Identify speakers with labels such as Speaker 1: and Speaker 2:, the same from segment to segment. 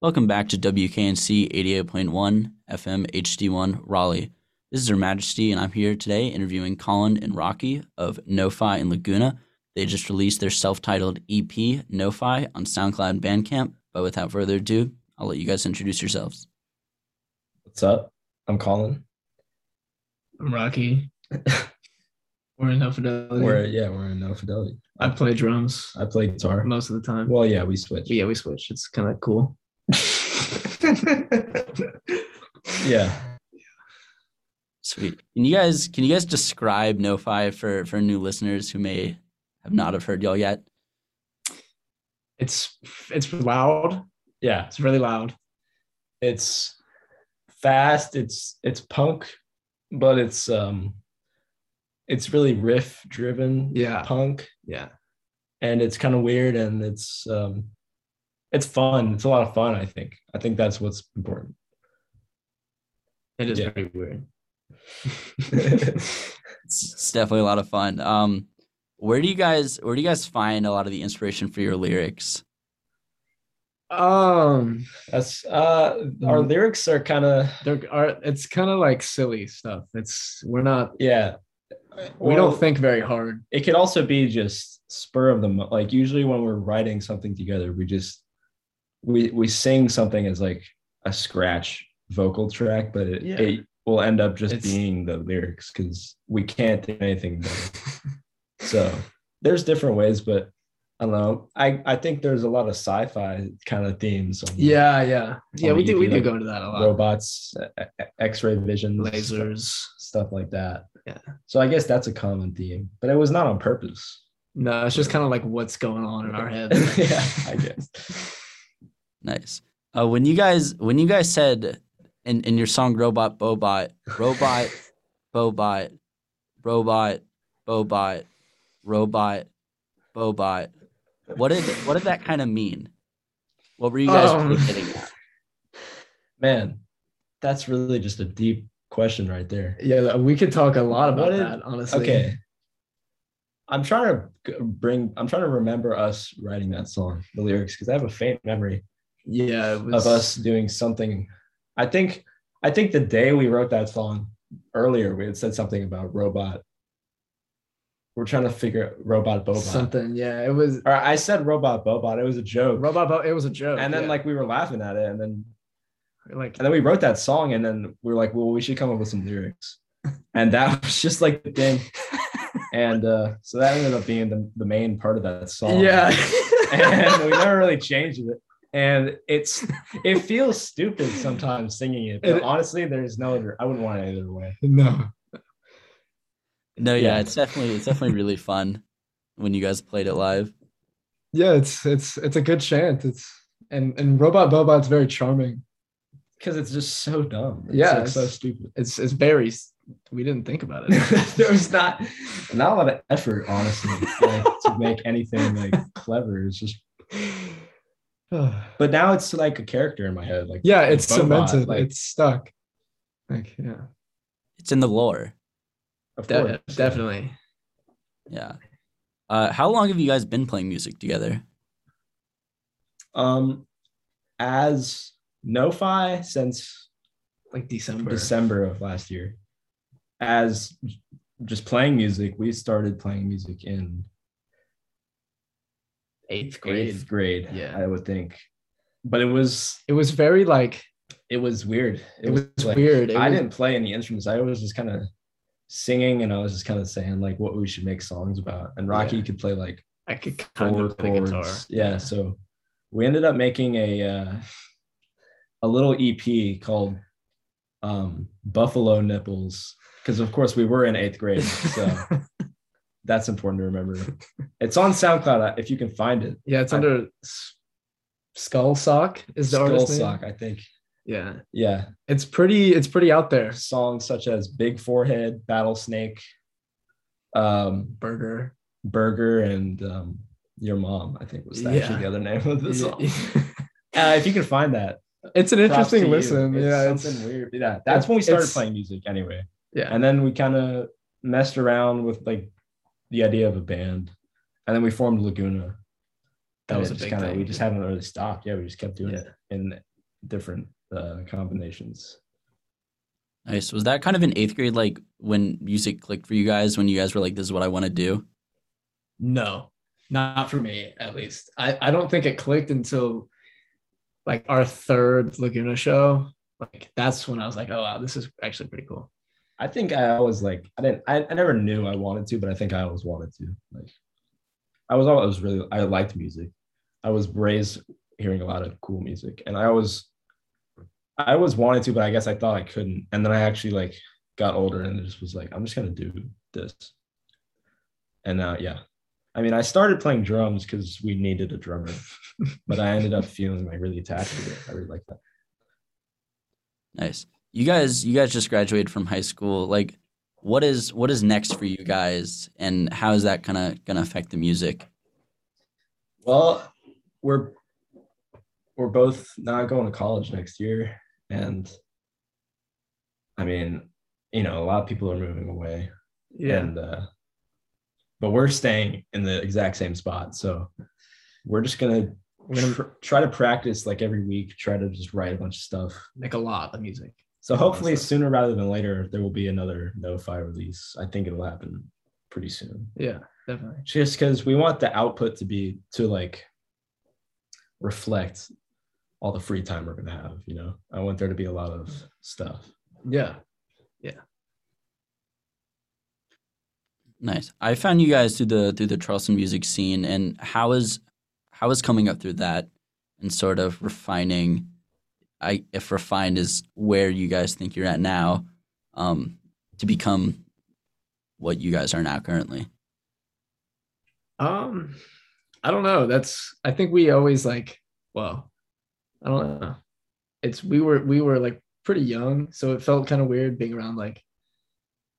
Speaker 1: Welcome back to WKNC 88.1 FM HD1 Raleigh. This is Her Majesty, and I'm here today interviewing Colin and Rocky of NoFi in Laguna. They just released their E self titled EP, NoFi, on SoundCloud and Bandcamp. But without further ado, I'll let you guys introduce yourselves.
Speaker 2: What's up? I'm Colin.
Speaker 3: I'm Rocky. We're in No Fidelity.
Speaker 2: We're yeah, we're in No Fidelity.
Speaker 3: I play drums
Speaker 2: I play guitar.
Speaker 3: most of the time.
Speaker 2: Uh, Well, yeah, we switch.
Speaker 3: yeah, we switch. It's kind of cool.
Speaker 2: Yeah.
Speaker 1: Sweet. Can you guys can you guys describe NoFi for for new listeners who may have not have heard y'all yet?
Speaker 3: it's it's loud.
Speaker 2: Yeah.
Speaker 3: It's really loud.
Speaker 2: It's fast, it's it's punk, but it's um it's really riff driven
Speaker 3: Yeah.
Speaker 2: punk
Speaker 3: Yeah.
Speaker 2: and it's kind of weird and it's um it's fun. It's a lot of fun, I think. I think that's what's important.
Speaker 3: It is
Speaker 2: Yeah.
Speaker 3: very weird.
Speaker 1: It's, it's definitely a lot of fun. Um, where do you guys where do you guys find a lot of the inspiration for your lyrics?
Speaker 3: Um
Speaker 2: That's uh our
Speaker 3: Mhm.
Speaker 2: lyrics are kind of
Speaker 3: there are it's kind of like silly stuff. It's we're not
Speaker 2: yeah.
Speaker 3: we
Speaker 2: Well,
Speaker 3: don't think very hard.
Speaker 2: it could also be just spur of the mo- like usually when we're writing something together we just we we sing something as like a scratch vocal track but it,
Speaker 3: Yeah.
Speaker 2: it will end up just
Speaker 3: It's-
Speaker 2: being the lyrics because we can't do anything better. so there's different ways but i don't know i i think there's a lot of sci-fi kind of themes on
Speaker 3: Yeah, yeah. Yeah,
Speaker 2: On
Speaker 3: we
Speaker 2: the
Speaker 3: do we
Speaker 2: EP,
Speaker 3: do
Speaker 2: like,
Speaker 3: go into that a lot.
Speaker 2: robots e- e- x-ray vision
Speaker 3: Lasers.
Speaker 2: stuff like that
Speaker 3: Yeah.
Speaker 2: so i guess that's a common theme but it was not on purpose
Speaker 3: No, it's just kind of like what's going on in our head.
Speaker 2: yeah i guess
Speaker 1: Nice. Uh, when you guys when you guys said in, in your song Robot Bobot, Robot Bobot, Robot Bobot, Robot Bobot, what did what did that kind of mean? What were you guys really
Speaker 3: Um,
Speaker 1: getting at?
Speaker 2: Man, that's really just a deep question right there.
Speaker 3: Yeah, we could talk a lot about
Speaker 2: What did-
Speaker 3: that, honestly.
Speaker 2: Okay. I'm trying to g- bring, I'm trying to remember us writing that song, the lyrics, because I have a faint memory
Speaker 3: Yeah, it was,
Speaker 2: of us doing something. I think, I think the day we wrote that song earlier, we had said something about robot. We're trying to figure robot bobot.
Speaker 3: something. Yeah, it was
Speaker 2: Or I said robot bobot. It was a joke.
Speaker 3: robot. Bo- it was a joke.
Speaker 2: and then
Speaker 3: yeah.
Speaker 2: like we were laughing at it, and then
Speaker 3: like
Speaker 2: And then we wrote that song, and then we were like, well, we should come up with some lyrics. And that was just like the thing. And uh, so that ended up being the, the main part of that song.
Speaker 3: yeah,
Speaker 2: And we never really changed it. And it's it feels stupid sometimes singing it. But
Speaker 3: It-
Speaker 2: honestly, there's no other I wouldn't want it either way.
Speaker 3: no,
Speaker 1: No, yeah,
Speaker 2: yeah.
Speaker 1: it's definitely it's definitely really fun when you guys played it live.
Speaker 3: yeah, it's it's it's a good chant. It's and and robot Bobot's very charming.
Speaker 2: Because it's just so dumb. It's
Speaker 3: Yeah,
Speaker 2: like, so
Speaker 3: it's-
Speaker 2: stupid.
Speaker 3: It's it's very. s- We didn't think about it.
Speaker 2: there was not not a lot of effort, honestly, like, to make anything like clever. It's just but now it's like a character in my head. Like
Speaker 3: yeah, it's
Speaker 2: Bobot,
Speaker 3: cemented.
Speaker 2: like-
Speaker 3: it's stuck. Like yeah,
Speaker 1: It's in the lore.
Speaker 2: of
Speaker 3: de-
Speaker 2: course.
Speaker 3: definitely.
Speaker 1: Yeah. Uh, how long have you guys been playing music together?
Speaker 2: Um, as NoFi since
Speaker 3: Like December.
Speaker 2: December of last year, as j- just playing music, we started playing music in
Speaker 3: eighth grade.
Speaker 2: eighth grade.
Speaker 3: Yeah.
Speaker 2: I would think, but it was
Speaker 3: It was very like
Speaker 2: it was weird.
Speaker 3: it, was, weird. It
Speaker 2: I
Speaker 3: was-
Speaker 2: didn't play any instruments. I was just kind of singing, and I was just kind of saying like what we should make songs about. And Rocky
Speaker 3: Yeah.
Speaker 2: could play like
Speaker 3: I could kind
Speaker 2: four
Speaker 3: of play the guitar.
Speaker 2: chords. Yeah, so we ended up making a uh, a little EP called um, Buffalo Nipples because of course we were in eighth grade, so that's important to remember. It's on SoundCloud uh, if you can find it.
Speaker 3: Yeah, it's
Speaker 2: I-
Speaker 3: under S- Skull Sock is the artist name.
Speaker 2: Sock, I think.
Speaker 3: Yeah,
Speaker 2: Yeah,
Speaker 3: it's pretty. It's pretty out there.
Speaker 2: songs such as Big Forehead, Battle Snake, um,
Speaker 3: Burger.
Speaker 2: Burger, and um, Your Mom. I think was actually
Speaker 3: Yeah.
Speaker 2: the other name of the song.
Speaker 3: it's
Speaker 2: Uh, if you can find that,
Speaker 3: an
Speaker 2: props to
Speaker 3: interesting
Speaker 2: you.
Speaker 3: listen.
Speaker 2: It's
Speaker 3: yeah, it's,
Speaker 2: something weird. Yeah, that's when we started
Speaker 3: it's-
Speaker 2: playing music anyway,
Speaker 3: yeah.
Speaker 2: and then we kind of messed around with like the idea of a band, and then we formed Laguna.
Speaker 3: That
Speaker 2: And
Speaker 3: was
Speaker 2: it
Speaker 3: a
Speaker 2: just
Speaker 3: big
Speaker 2: kinda-
Speaker 3: thing.
Speaker 2: We just haven't really stopped. Yeah, we just kept doing
Speaker 3: Yeah.
Speaker 2: it, and different uh, combinations.
Speaker 1: Nice. Was that kind of in eighth grade, like when music clicked for you guys, when you guys were like, this is what I want to do?
Speaker 3: No, not for me, at least. I, I don't think it clicked until like our third Laguna show. Like that's when I was like, oh, wow, this is actually pretty cool.
Speaker 2: I think I always like I didn't I, I never knew I wanted to, but I think I always wanted to. Like I was always really I liked music. I was raised hearing a lot of cool music. And I always I always wanted to, but I guess I thought I couldn't. And then I actually like got older and just was like, I'm just gonna do this. And uh yeah. I mean, I started playing drums because we needed a drummer, but I ended up feeling like really attached to it. I really like that.
Speaker 1: Nice. You guys, you guys just graduated from high school. Like, what is what is next for you guys, and how is that kind of gonna affect the music?
Speaker 2: Well, we're we're both not going to college next year, and I mean, you know, a lot of people are moving away,
Speaker 3: Yeah.
Speaker 2: and uh, but we're staying in the exact same spot. So we're just gonna
Speaker 3: We're gonna
Speaker 2: tr- try to practice like every week. Try to just write a bunch of stuff.
Speaker 3: make a lot of music.
Speaker 2: So hopefully
Speaker 3: Awesome.
Speaker 2: sooner rather than later, there will be another NoFi release. I think it'll happen pretty soon.
Speaker 3: Yeah, definitely.
Speaker 2: Just because we want the output to be to like reflect all the free time we're gonna have. You know, I want there to be a lot of stuff.
Speaker 3: Yeah.
Speaker 1: Nice. I found you guys through the through the Charleston music scene, and how is how is coming up through that and sort of refining. I if refined is where you guys think you're at now, um, to become what you guys are now currently.
Speaker 3: Um, I don't know. That's I think we always like. Well, I don't know. It's we were we were like pretty young, so it felt kind of weird being around like.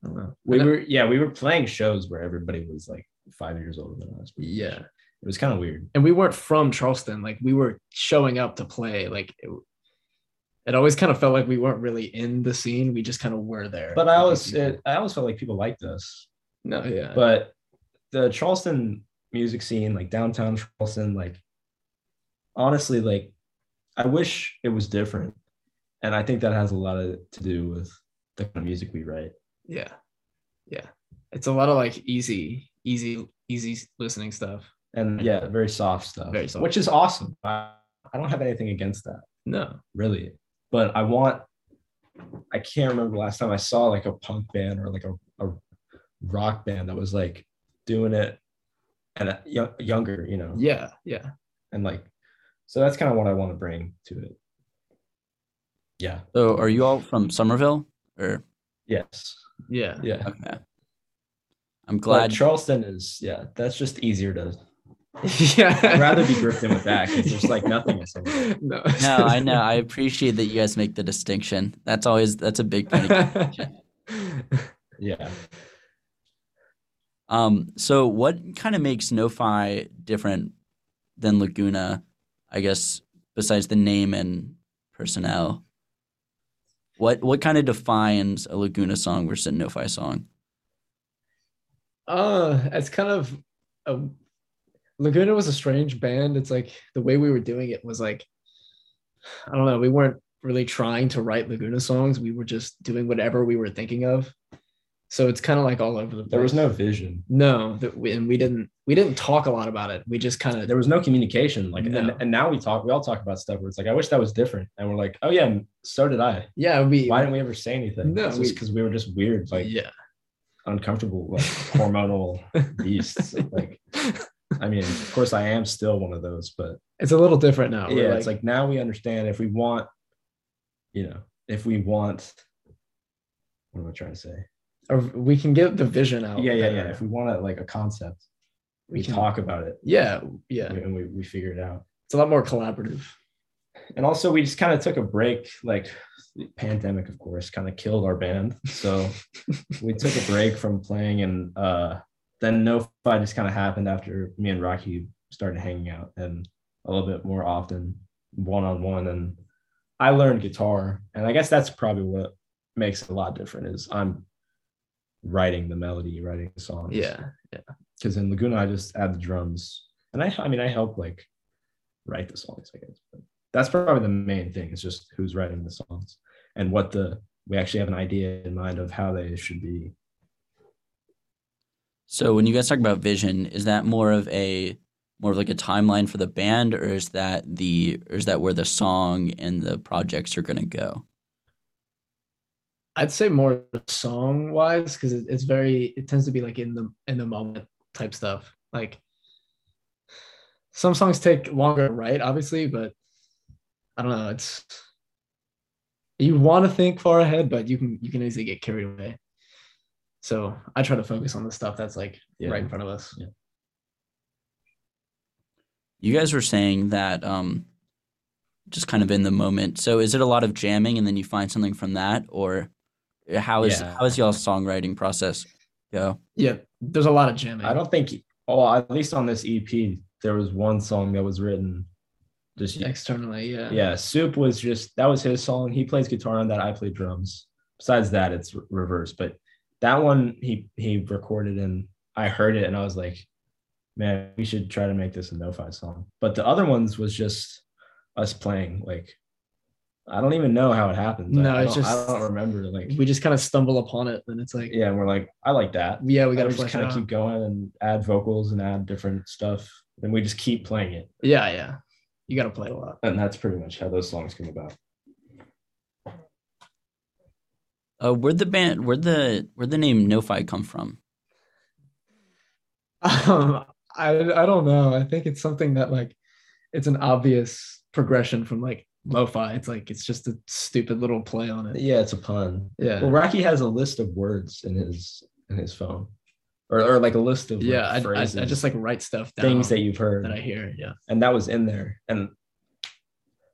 Speaker 3: I don't know.
Speaker 2: We
Speaker 3: And I-
Speaker 2: were yeah, we were playing shows where everybody was like five years older than us.
Speaker 3: Yeah,
Speaker 2: It was kind of weird.
Speaker 3: and we weren't from Charleston. Like we were showing up to play. Like it, it always kind of felt like we weren't really in the scene. We just kind of were there.
Speaker 2: But I
Speaker 3: with
Speaker 2: always
Speaker 3: these people.
Speaker 2: it, I always felt like people liked us.
Speaker 3: no, yeah,
Speaker 2: but the Charleston music scene, like downtown Charleston, like honestly, like I wish it was different, and I think that has a lot of, to do with the kind of music we write.
Speaker 3: yeah, yeah. It's a lot of like easy, easy, easy listening stuff.
Speaker 2: And yeah, very soft stuff,
Speaker 3: Very soft.
Speaker 2: which is awesome. I, I don't have anything against that,
Speaker 3: No,
Speaker 2: really. But I want, I can't remember the last time I saw like a punk band or like a, a rock band that was like doing it and a, yo- younger, you know?
Speaker 3: yeah, yeah.
Speaker 2: and like so that's kind of what i want to bring to it yeah
Speaker 1: So, are you all from Somerville or
Speaker 2: yes
Speaker 3: Yeah.
Speaker 2: yeah
Speaker 1: okay? I'm
Speaker 2: glad
Speaker 1: glad.
Speaker 2: charleston is yeah that's just easier to
Speaker 3: yeah.
Speaker 2: i'd rather be grifting with that because there's like nothing in some of it.
Speaker 3: No.
Speaker 1: no, I know. I appreciate that you guys make the distinction. That's always that's a big point.
Speaker 2: yeah
Speaker 1: Um, so what kind of makes NoFi different than Laguna, I guess, besides the name and personnel? What what kind of defines a Laguna song versus a NoFi song?
Speaker 4: Uh,
Speaker 3: It's kind of a,
Speaker 4: Laguna was a strange band. It's like
Speaker 3: the way we were doing it was like, I don't know. We weren't really trying to write Laguna songs. We were just doing whatever we were thinking of. So it's kind of like all over the place.
Speaker 2: there was no vision
Speaker 3: no, that we, and we didn't we didn't talk a lot about it. We just kind of
Speaker 2: there was no communication like
Speaker 3: No.
Speaker 2: and, and now we talk we all talk about stuff where it's like i wish that was different and we're like oh yeah so did i
Speaker 3: yeah we
Speaker 2: why didn't we ever say anything
Speaker 3: No,
Speaker 2: it's just
Speaker 3: we-
Speaker 2: because we were just weird like
Speaker 3: yeah
Speaker 2: uncomfortable like hormonal beasts like i mean of course i am still one of those but uh,
Speaker 3: it's a little different now. We're
Speaker 2: yeah, it's like now we understand if we want, you know, if we want, what am I trying to say?
Speaker 3: or we can get the vision out.
Speaker 2: yeah, yeah, yeah.
Speaker 3: better.
Speaker 2: If we want it, like a concept, we,
Speaker 3: We can
Speaker 2: talk about it
Speaker 3: Yeah, yeah.
Speaker 2: and we, we figure it out.
Speaker 3: It's a lot more collaborative.
Speaker 2: And also, we just kind of took a break, like the pandemic, of course, kind of killed our band. So we took a break from playing, and uh, then No Fi just kind of happened after me and Rocky started hanging out and a little bit more often, one on one. And I learned guitar, and I guess that's probably what makes it a lot different is I'm writing the melody, writing the songs.
Speaker 3: Yeah.
Speaker 2: Because in Laguna, I just add the drums, and I I mean I help like write the songs, I guess. But that's probably the main thing is just who's writing the songs and what the we actually have an idea in mind of how they should be
Speaker 1: So when you guys talk about vision, is that more of a more of like a timeline for the band, or is that the or is that where the song and the projects are gonna go?
Speaker 3: I'd say more song wise because it, it's very it tends to be like in the in the moment type stuff. Like some songs take longer to write, obviously, but I don't know. It's you want to think far ahead, but you can you can easily get carried away. So I try to focus on the stuff that's like
Speaker 2: Yeah.
Speaker 3: right in front of us.
Speaker 1: You guys were saying that um, just kind of in the moment. So is it a lot of jamming and then you find something from that, or uh, how is
Speaker 2: Yeah.
Speaker 1: how is y'all's songwriting process go?
Speaker 3: Yeah, there's a lot of jamming.
Speaker 2: i don't think oh at least on this ep there was one song that was written just
Speaker 3: externally. Yeah.
Speaker 2: yeah soup was just that was his song he plays guitar on that i play drums besides that it's re- reverse but that one he he recorded and i heard it and i was like man we should try to make this a no-fi song but the other ones was just us playing like i don't even know how it happened
Speaker 3: No,
Speaker 2: I, I
Speaker 3: it's
Speaker 2: don't- i
Speaker 3: just-
Speaker 2: don't remember like
Speaker 3: We just kind of stumble upon it, and it's like, yeah,
Speaker 2: yeah and we're like i like that
Speaker 3: we got to
Speaker 2: We just
Speaker 3: flesh it
Speaker 2: kind of
Speaker 3: out.
Speaker 2: keep going and add vocals and add different stuff and we just keep playing it
Speaker 3: Yeah, yeah, you got to play it a lot.
Speaker 2: and that's pretty much how those songs come about
Speaker 1: Uh, where'd the band where'd the where'd the name NoFi come from?
Speaker 3: Um,
Speaker 4: I I don't know. I think it's something that like
Speaker 3: it's an obvious progression from like lo-fi. It's like it's just a stupid little play on it.
Speaker 2: yeah it's a pun
Speaker 3: Yeah,
Speaker 2: Well, Rocky has a list of words in his in his phone, or, or like a list of like,
Speaker 3: yeah. I, I, I
Speaker 2: phrases,
Speaker 3: just like write stuff down
Speaker 2: things that you've heard,
Speaker 3: that I hear. Yeah,
Speaker 2: and that was in there, and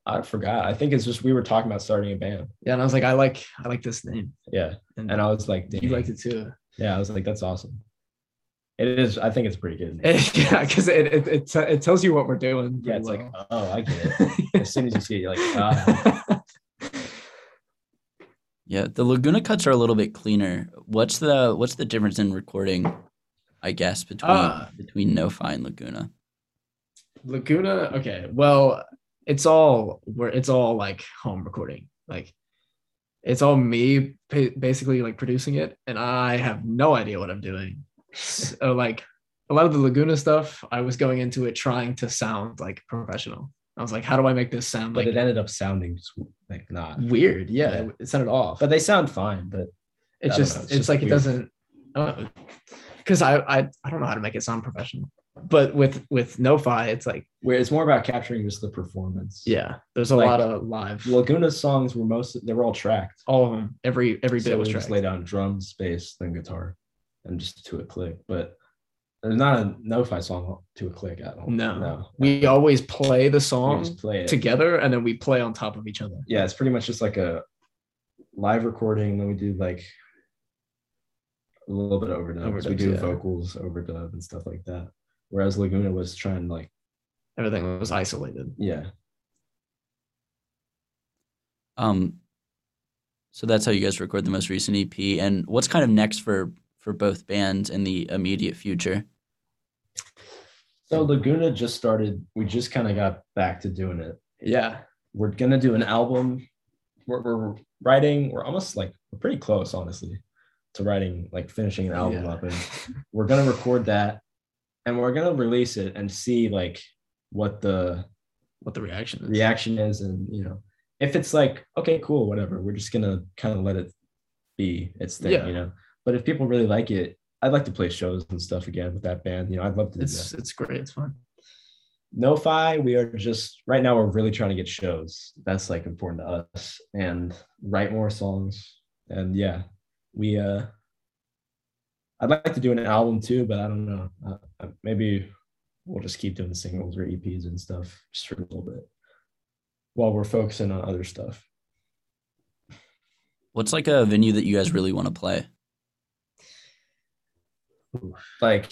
Speaker 2: I forgot. I think it's just we were talking about starting a band,
Speaker 3: yeah. And I was like, I like I like this name,
Speaker 2: yeah,
Speaker 3: and,
Speaker 2: and I was like,
Speaker 3: you
Speaker 2: dang.
Speaker 3: liked it too.
Speaker 2: yeah, I was like, that's awesome. It is. I think it's pretty good.
Speaker 3: yeah,
Speaker 4: because it it, it, t- it tells you what we're doing. pretty
Speaker 2: yeah, it's like
Speaker 4: well.
Speaker 2: oh, I get it. as soon as you see it, you're like, ah.
Speaker 1: Yeah, the Laguna cuts are a little bit cleaner. What's the what's the difference in recording? I guess between
Speaker 3: Ah.
Speaker 1: between NoFi and Laguna.
Speaker 3: Laguna. Okay. Well, it's all where it's all like home recording. Like it's all me pa- basically like producing it, and I have no idea what I'm doing. So like a lot of the Laguna stuff, I was going into it trying to sound like professional. I was like, how do I make this sound
Speaker 2: but
Speaker 3: like Mm.
Speaker 2: it ended up sounding s- like not.
Speaker 3: weird? Yeah,
Speaker 2: Yeah.
Speaker 3: It, it sounded off.
Speaker 2: But they sound fine. But
Speaker 3: it's
Speaker 2: I don't
Speaker 3: just
Speaker 2: know, it's
Speaker 3: it's,
Speaker 2: just
Speaker 3: like
Speaker 2: weird.
Speaker 3: it doesn't because I, I I don't know how to make it sound professional. But with with NoFi, it's like
Speaker 2: where it's more about capturing just the performance.
Speaker 3: yeah, there's a
Speaker 2: Like,
Speaker 3: lot of live.
Speaker 2: Laguna's songs were most they were all tracked.
Speaker 3: all of them every every bit
Speaker 2: so
Speaker 3: was
Speaker 2: we just
Speaker 3: tracked.
Speaker 2: laid down drums, bass, then guitar, and just to a click. But there's not a no-fi song to a click at all.
Speaker 3: No.
Speaker 2: no.
Speaker 3: we always play the
Speaker 2: We
Speaker 3: song
Speaker 2: just play it.
Speaker 3: together and then we play on top of each other
Speaker 2: Yeah, it's pretty much just like a live recording. Then we do like a little bit of overdubs. we
Speaker 3: Overdubs,
Speaker 2: do
Speaker 3: yeah.
Speaker 2: vocals, overdub, and stuff like that. Whereas Laguna was trying like
Speaker 3: everything was isolated
Speaker 2: yeah,
Speaker 1: Um, so that's how you guys record the most recent EP. And what's kind of next for for both bands in the immediate future?
Speaker 2: So Laguna just started. We just kind of got back to doing it.
Speaker 3: yeah
Speaker 2: We're gonna do an album. We're, we're writing. We're almost like we're pretty close, honestly, to writing like finishing an album
Speaker 3: Yeah.
Speaker 2: up. And we're gonna record that, and we're gonna release it and see like what the
Speaker 3: what the reaction is
Speaker 2: reaction is, and you know if it's like okay, cool, whatever. We're just gonna kind of let it be its thing,
Speaker 3: Yeah.
Speaker 2: you know. But if people really like it, I'd like to play shows and stuff again with that band. You know, I'd love to. do that.
Speaker 3: it's it's great it's fun
Speaker 2: NoFi, we are just right now. We're really trying to get shows. That's like important to us, and write more songs. And yeah, we. uh I'd like to do an album too, but I don't know. Uh, Uh, maybe we'll just keep doing singles or EPs and stuff just for a little bit, while we're focusing on other stuff.
Speaker 1: What's like a venue that you guys really want to play?
Speaker 2: Like,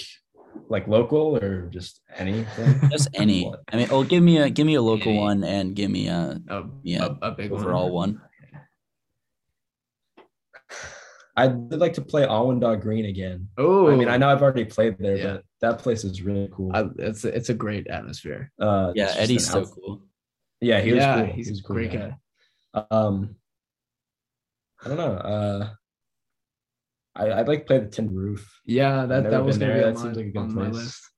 Speaker 2: like local or just anything.
Speaker 1: Just any.
Speaker 2: What?
Speaker 1: I mean, oh, give me a give me a local
Speaker 3: Any.
Speaker 1: one and give me a
Speaker 3: a,
Speaker 1: Yeah,
Speaker 3: a, a big
Speaker 1: overall
Speaker 3: one.
Speaker 1: one.
Speaker 2: I'd like to play Allendale Green again.
Speaker 3: oh
Speaker 2: I mean, I know I've already played there,
Speaker 3: Yeah.
Speaker 2: but that place is really cool.
Speaker 3: I, it's it's a great atmosphere
Speaker 2: uh,
Speaker 1: Yeah,
Speaker 2: it's just
Speaker 1: Eddie's
Speaker 2: an
Speaker 1: so
Speaker 2: out-
Speaker 1: cool.
Speaker 2: Yeah, he was
Speaker 3: yeah,
Speaker 2: cool.
Speaker 3: he's
Speaker 2: he was
Speaker 3: a great guy.
Speaker 2: Um, I don't know. Uh, I I'd like to play the Tin Roof.
Speaker 3: Yeah, that,
Speaker 2: never
Speaker 3: that was
Speaker 2: been
Speaker 3: gonna be
Speaker 2: there.
Speaker 3: on,
Speaker 2: That
Speaker 3: my,
Speaker 2: seems like a good
Speaker 3: on my
Speaker 2: place.
Speaker 3: list.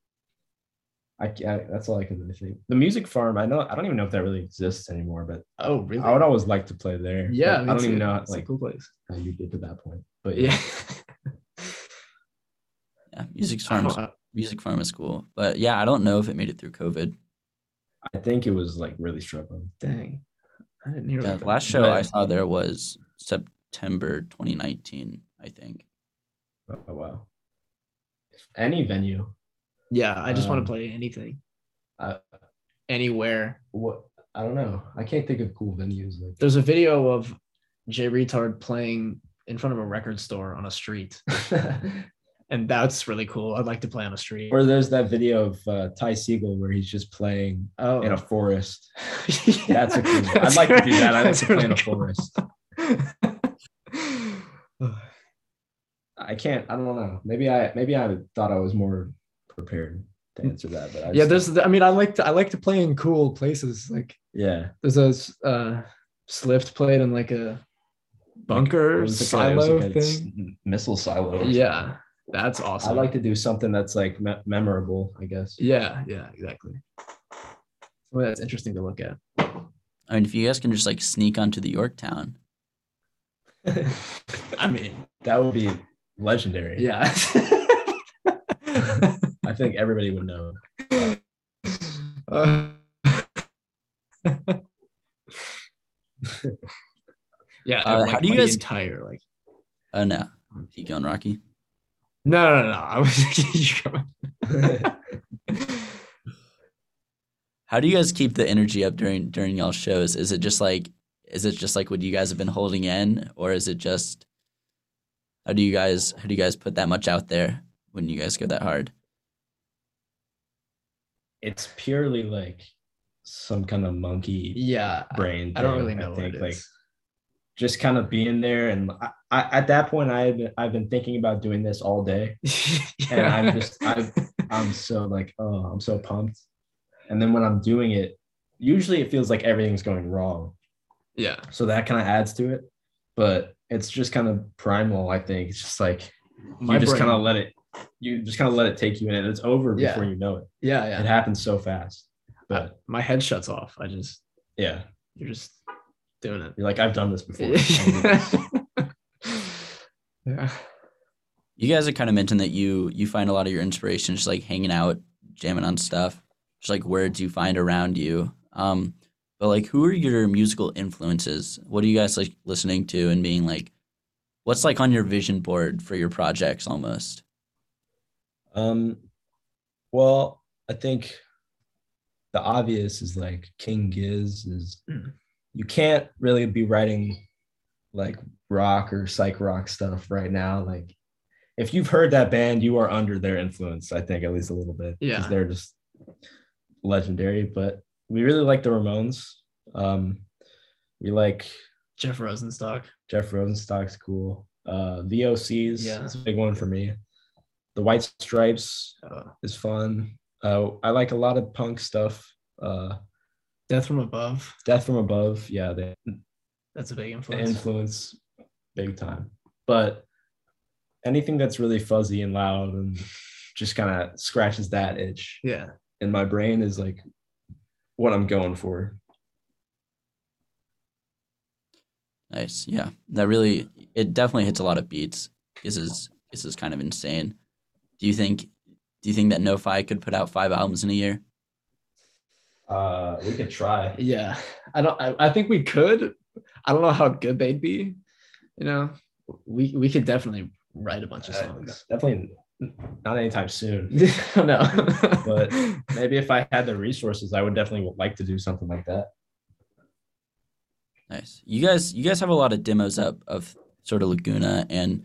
Speaker 2: I, I that's all I can really think. The Music Farm. I know I don't even know if that really exists anymore, but
Speaker 3: Oh, really?
Speaker 2: I would always like to play there.
Speaker 3: yeah,
Speaker 2: but
Speaker 3: me
Speaker 2: I don't
Speaker 3: too.
Speaker 2: even know
Speaker 3: It's a
Speaker 2: like
Speaker 3: cool place.
Speaker 2: how you get to that point. But yeah,
Speaker 3: Yeah,
Speaker 1: Yeah, music
Speaker 3: I
Speaker 1: farm.
Speaker 3: don't-
Speaker 1: Is, music farm is cool, but yeah, I don't know if it made it through COVID.
Speaker 2: I think it was like really struggling.
Speaker 3: dang, I didn't hear.
Speaker 1: Yeah,
Speaker 3: about
Speaker 1: the
Speaker 3: that.
Speaker 1: last show
Speaker 3: But-
Speaker 1: I saw there was September 2019, I think.
Speaker 2: Oh wow. Any venue.
Speaker 3: Yeah, I just want
Speaker 2: Um, uh,
Speaker 3: to play anything,
Speaker 2: I,
Speaker 3: anywhere.
Speaker 2: what I don't know. I can't think of cool venues like
Speaker 3: There's a video of Jay Retard playing in front of a record store on a street, and that's really cool. I'd like to play on a street.
Speaker 2: or there's that video of uh, Ty Siegel where he's just playing
Speaker 3: oh,
Speaker 2: in a forest.
Speaker 3: Yeah,
Speaker 2: That's a cool. I'd
Speaker 3: that's
Speaker 2: like to do that. I'd like
Speaker 3: that's
Speaker 2: to play in
Speaker 3: really
Speaker 2: a forest.
Speaker 3: cool.
Speaker 2: I can't. I don't know. Maybe I maybe I thought I was more prepared to answer that, but I
Speaker 4: yeah,
Speaker 2: just-
Speaker 4: there's. I mean, I like to. I like to play in cool places. Like
Speaker 2: yeah.
Speaker 4: there's a s- uh, Slift played in like a bunker
Speaker 2: It was like a- it was
Speaker 4: silo
Speaker 2: like a s-
Speaker 4: thing.
Speaker 2: missile silo. or something.
Speaker 3: yeah, that's awesome.
Speaker 2: I like to do something that's like me- memorable. I guess.
Speaker 3: Yeah, yeah, exactly. Well, that's interesting to look at.
Speaker 1: I mean, if you guys can just like sneak onto the Yorktown,
Speaker 3: I mean,
Speaker 2: That would be legendary.
Speaker 3: yeah.
Speaker 2: I think everybody would know.
Speaker 3: Uh, yeah.
Speaker 1: Uh,
Speaker 3: like,
Speaker 1: how do you
Speaker 3: what the
Speaker 1: guys-
Speaker 3: entire like?
Speaker 1: uh, no, keep going, Rocky.
Speaker 3: No, no, no. no. I was keep going.
Speaker 1: How do you guys keep the energy up during during y'all shows? Is it just like is it just like what you guys have been holding in, or is it just how do you guys how do you guys put that much out there when you guys go that hard?
Speaker 2: It's purely like some kind of monkey
Speaker 3: Yeah,
Speaker 2: brain.
Speaker 3: I don't
Speaker 2: thing,
Speaker 3: really know what
Speaker 2: think,
Speaker 3: it
Speaker 2: like
Speaker 3: is.
Speaker 2: just kind of being there, and I, I, at that point, I had been, I've been thinking about doing this all day, and I'm just I, I'm so like oh I'm so pumped, and then when I'm doing it, usually it feels like everything's going wrong,
Speaker 3: yeah,
Speaker 2: so that kind of adds to it, but it's just kind of primal. I think it's just like you just kind of let it, you just kind of let it take you in, and it's over
Speaker 3: Yeah.
Speaker 2: before you know it.
Speaker 3: yeah,
Speaker 2: It
Speaker 3: yeah.
Speaker 2: happens so fast, but
Speaker 3: My head shuts off. I just
Speaker 2: yeah,
Speaker 3: you're just doing it.
Speaker 2: you're like I've done this before.
Speaker 3: yeah.
Speaker 1: You guys have kind of mentioned that you you find a lot of your inspiration just like hanging out, jamming on stuff, just like words you find around you. Um, but like, who are your musical influences? What are you guys like listening to and being like? What's like on your vision board for your projects almost?
Speaker 2: Um, well, I think the obvious is like King Giz is
Speaker 3: Mm.
Speaker 2: you can't really be writing like rock or psych rock stuff right now. Like if you've heard that band, you are under their influence, I think, at least a little bit. 'cause
Speaker 3: Yeah.
Speaker 2: They're just legendary. But we really like the Ramones. Um, we like
Speaker 3: Jeff Rosenstock.
Speaker 2: Jeff Rosenstock's cool. Uh, VOCs,
Speaker 3: Yeah.
Speaker 2: that's a big one for me. The White Stripes,
Speaker 3: Uh,
Speaker 2: is fun. Uh, I like a lot of punk stuff. Uh,
Speaker 3: Death from Above.
Speaker 2: Death from Above, yeah, they
Speaker 3: That's a big
Speaker 2: they
Speaker 3: influence.
Speaker 2: influence big time. But anything that's really fuzzy and loud and just kind of scratches that itch
Speaker 3: yeah.
Speaker 2: in my brain is like what I'm going for.
Speaker 1: Nice, yeah. That really it definitely hits a lot of beats. This is this is kind of insane. Do you think? Do you think that NoFi could put out five albums in a year?
Speaker 2: Uh, we could try.
Speaker 3: Yeah. I don't I, I think we could. I don't know how good they'd be. You know, we we could definitely write a bunch of songs.
Speaker 2: uh, definitely not anytime soon.
Speaker 3: no.
Speaker 2: But- Maybe if I had the resources, I would definitely like to do something like that.
Speaker 1: Nice. You guys, you guys have a lot of demos up of sort of Laguna, and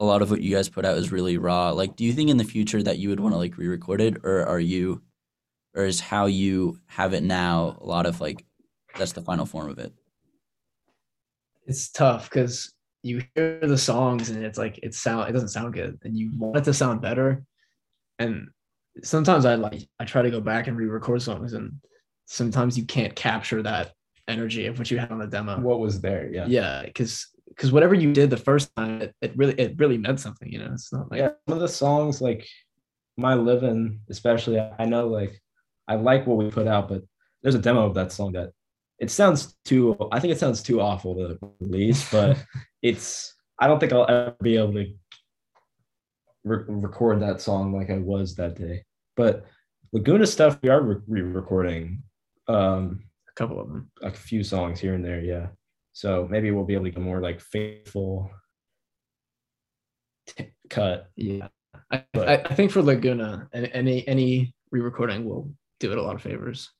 Speaker 1: a lot of what you guys put out is really raw. Like, do you think in the future that you would want to like re-record it, or are you, or is how you have it now a lot of like that's the final form of it?
Speaker 3: it's tough because you hear the songs and it's like it sound it doesn't sound good and you want it to sound better and sometimes i like i try to go back and re-record songs and sometimes you can't capture that energy of what you had on the demo.
Speaker 2: what was there yeah
Speaker 3: yeah, because because whatever you did the first time, it, it really it really meant something. You know, it's not like
Speaker 2: yeah some of the songs like my living especially i know like i like what we put out but there's a demo of that song that it sounds too i think it sounds too awful to release but it's i don't think i'll ever be able to re- record that song like i was that day but laguna stuff we are re- re-recording um
Speaker 3: a couple of them.
Speaker 2: a few songs here and there yeah so maybe we'll be able to get more like faithful t- cut
Speaker 3: Yeah, I,
Speaker 2: But-
Speaker 3: I, I think for Laguna, an- any any re-recording will do it a lot of favors.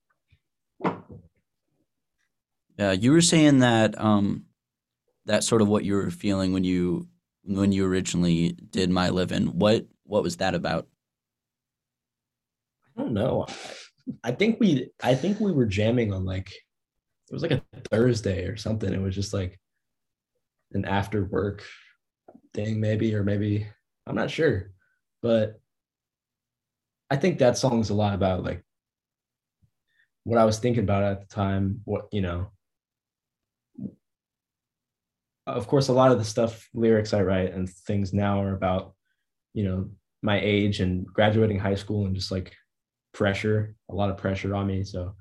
Speaker 1: Yeah, you were saying that um, that's sort of what you were feeling when you when you originally did my living. What what was that about?
Speaker 2: I don't know. I think we I think we were jamming on like it was like a Thursday or something. It was just like an after work thing, maybe, or maybe I'm not sure. But I think that song's a lot about like what I was thinking about at the time, what you know. Of course, a lot of the stuff lyrics I write and things now are about, you know, my age and graduating high school and just like pressure, a lot of pressure on me. So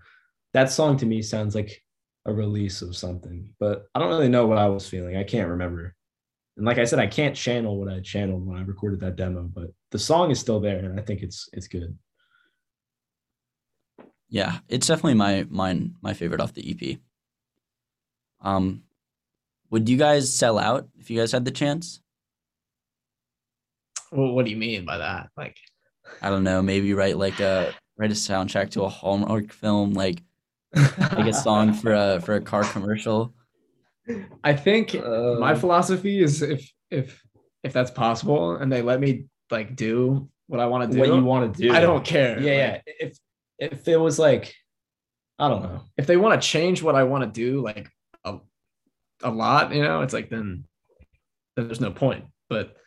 Speaker 2: that song to me sounds like a release of something, but I don't really know what I was feeling. I can't remember. And like I said, I can't channel what I channeled when I recorded that demo, but the song is still there and I think it's it's good.
Speaker 1: Yeah, it's definitely my mine my favorite off the EP. Um, would you guys sell out if you guys had the chance?
Speaker 3: Well, what do you mean by that? Like,
Speaker 1: I don't know. Maybe write like a write a soundtrack to a Hallmark film, like like a song for a for a car commercial.
Speaker 3: I think my
Speaker 2: Um,
Speaker 3: philosophy is if if if that's possible and they let me like do what I want to do,
Speaker 2: what you want to do.
Speaker 3: I don't care.
Speaker 2: Yeah,
Speaker 3: Like,
Speaker 2: yeah. If if it was like I don't know.
Speaker 3: If they want to change what I want to do, like a, a lot, you know, it's like then, then there's no point. But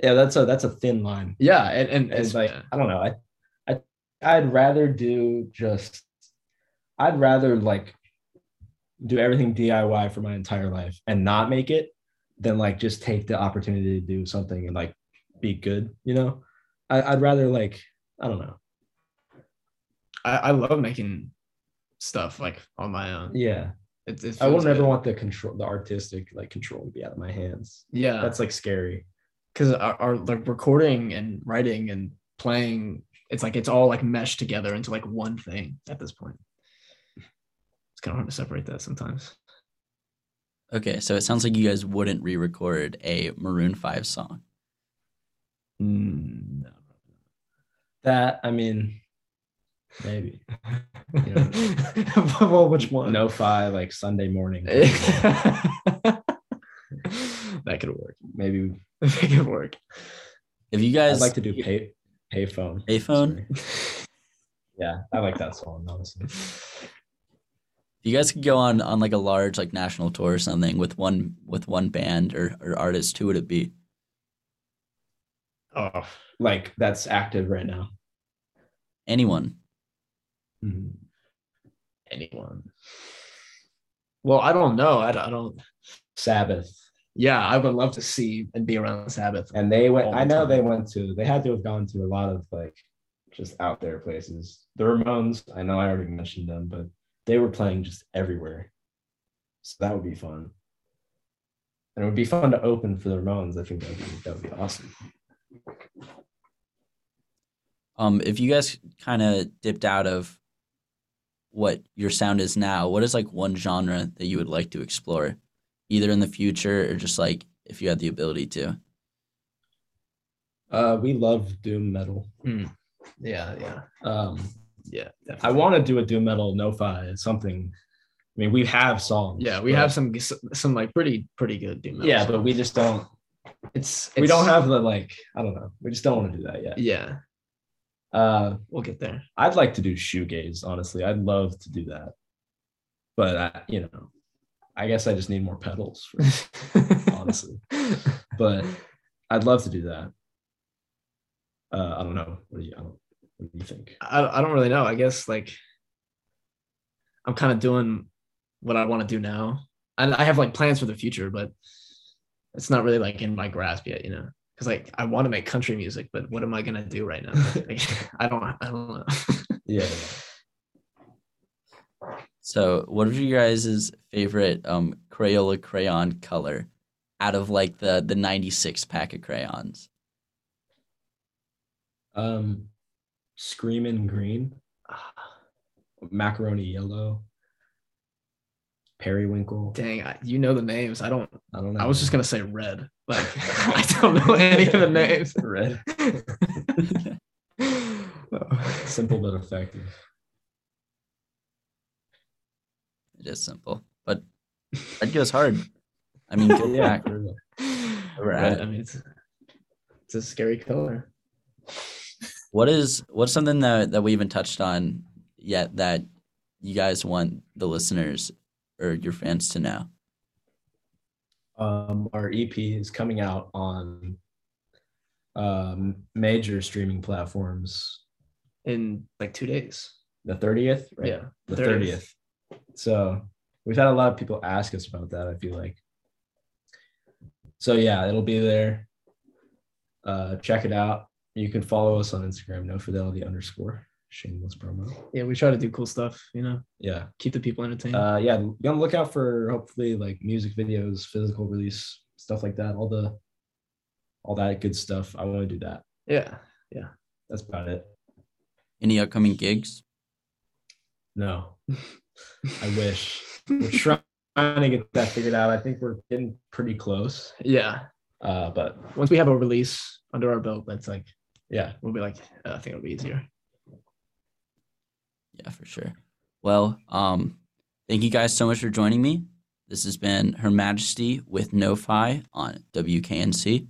Speaker 2: Yeah, that's a that's a thin line.
Speaker 3: yeah, and and
Speaker 2: It's
Speaker 3: it's
Speaker 2: like I don't know. I, I I'd rather do just I'd rather like do everything DIY for my entire life and not make it than like just take the opportunity to do something and like be good, you know? I, I'd rather like I don't know.
Speaker 3: I, I love making stuff like on my own.
Speaker 2: Yeah.
Speaker 3: It, it
Speaker 2: I
Speaker 3: feels
Speaker 2: wouldn't ever
Speaker 3: good.
Speaker 2: want the control the artistic like control to be out of my hands.
Speaker 3: Yeah,
Speaker 2: That's like scary.
Speaker 3: because our, our like recording and writing and playing it's like it's all like meshed together into like one thing at this point it's kind of hard to separate that sometimes
Speaker 1: Okay, so it sounds like you guys wouldn't re-record a Maroon Five song.
Speaker 3: Mm, no.
Speaker 2: That I mean maybe. You know,
Speaker 3: well which one
Speaker 2: no fi like Sunday morning.
Speaker 3: that could work
Speaker 2: maybe
Speaker 3: that could work
Speaker 1: If you guys
Speaker 2: I'd like to do pay payphone.
Speaker 1: Payphone?
Speaker 2: Sorry. yeah, I like that song honestly.
Speaker 1: If you guys could go on on like a large like national tour or something with one with one band or, or artist who would it be
Speaker 3: oh
Speaker 2: Like that's active right now.
Speaker 1: anyone
Speaker 3: Mm-hmm. anyone well i don't know i don't, I don't
Speaker 2: Sabbath,
Speaker 3: yeah i would love to see and be around sabbath
Speaker 2: and they went.
Speaker 3: All the
Speaker 2: I know
Speaker 3: time.
Speaker 2: they went to. They had to have gone to a lot of like just out there places. The Ramones. I know I already mentioned them, but they were playing just everywhere. So that would be fun. And it would be fun to open for the Ramones. I think that would be, that would be awesome.
Speaker 1: um if you guys kind of dipped out of what your sound is now what is like one genre that you would like to explore either in the future or just like if you had the ability to
Speaker 2: Uh, we love doom metal.
Speaker 3: yeah yeah
Speaker 2: Um,
Speaker 3: yeah
Speaker 2: I
Speaker 3: definitely.
Speaker 2: want to do a doom metal no-fi. It's something. I mean, we have songs.
Speaker 3: Yeah, we
Speaker 2: but-
Speaker 3: have some some like pretty pretty good doom metal.
Speaker 2: Yeah,
Speaker 3: songs.
Speaker 2: but we just don't.
Speaker 3: it's,
Speaker 2: we
Speaker 3: it's-
Speaker 2: don't have the like. I don't know. We just don't want to do that yet.
Speaker 3: Yeah,
Speaker 2: Uh,
Speaker 3: we'll get there.
Speaker 2: I'd like to do shoegaze. Honestly, I'd love to do that. But I, you know, I guess I just need more pedals. For, honestly, but I'd love to do that. Uh, I don't know. What do you? I don't, what do you think?
Speaker 3: I I don't really know. I guess like I'm kind of doing what I want to do now. And I have like plans for the future, but it's not really like in my grasp yet, you know. Because like I want to make country music, but what am I gonna do right now? Like, I don't, I don't know.
Speaker 2: Yeah.
Speaker 1: So, what are your guys' favorite um, Crayola crayon color out of like the the 96 pack of crayons?
Speaker 2: Um, screaming green, macaroni yellow, periwinkle.
Speaker 3: Dang, I, you know the names. I don't.
Speaker 2: I don't know.
Speaker 3: I was just gonna say red. Like I don't know any of the names.
Speaker 2: red. Simple but effective.
Speaker 1: It is simple, but red goes hard. I mean, go
Speaker 2: Yeah.
Speaker 1: back.
Speaker 2: for real.
Speaker 1: Red.
Speaker 3: I mean, it's, it's a scary color.
Speaker 1: What is what's something that that we haven't touched on yet that you guys want the listeners or your fans to know?
Speaker 2: Um, our EP is coming out on um, major streaming platforms
Speaker 3: In like two days.
Speaker 2: the 30th, right?
Speaker 3: Yeah.
Speaker 2: the
Speaker 3: 30th.
Speaker 2: 30th. So we've had a lot of people ask us about that, I feel like. So yeah, it'll be there. Uh, check it out. You can follow us on Instagram, no fidelity underscore shameless promo.
Speaker 3: Yeah, we try to do cool stuff. You know,
Speaker 2: Yeah.
Speaker 3: keep the people entertained.
Speaker 2: Uh, yeah, be on the lookout for hopefully like music videos, physical release, stuff like that. All the all that good stuff. I want to do that.
Speaker 3: yeah.
Speaker 2: That's about it.
Speaker 1: Any upcoming gigs?
Speaker 2: No. I wish. We're trying to get that figured out. I think we're getting pretty close.
Speaker 3: Yeah.
Speaker 2: Uh, but
Speaker 3: Once we have a release under our belt, that's like
Speaker 2: yeah,
Speaker 3: we'll be like, uh, I think it'll be easier.
Speaker 1: Yeah, for sure. Well, um, thank you guys so much for joining me. This has been Her Majesty with NoFi on WKNC.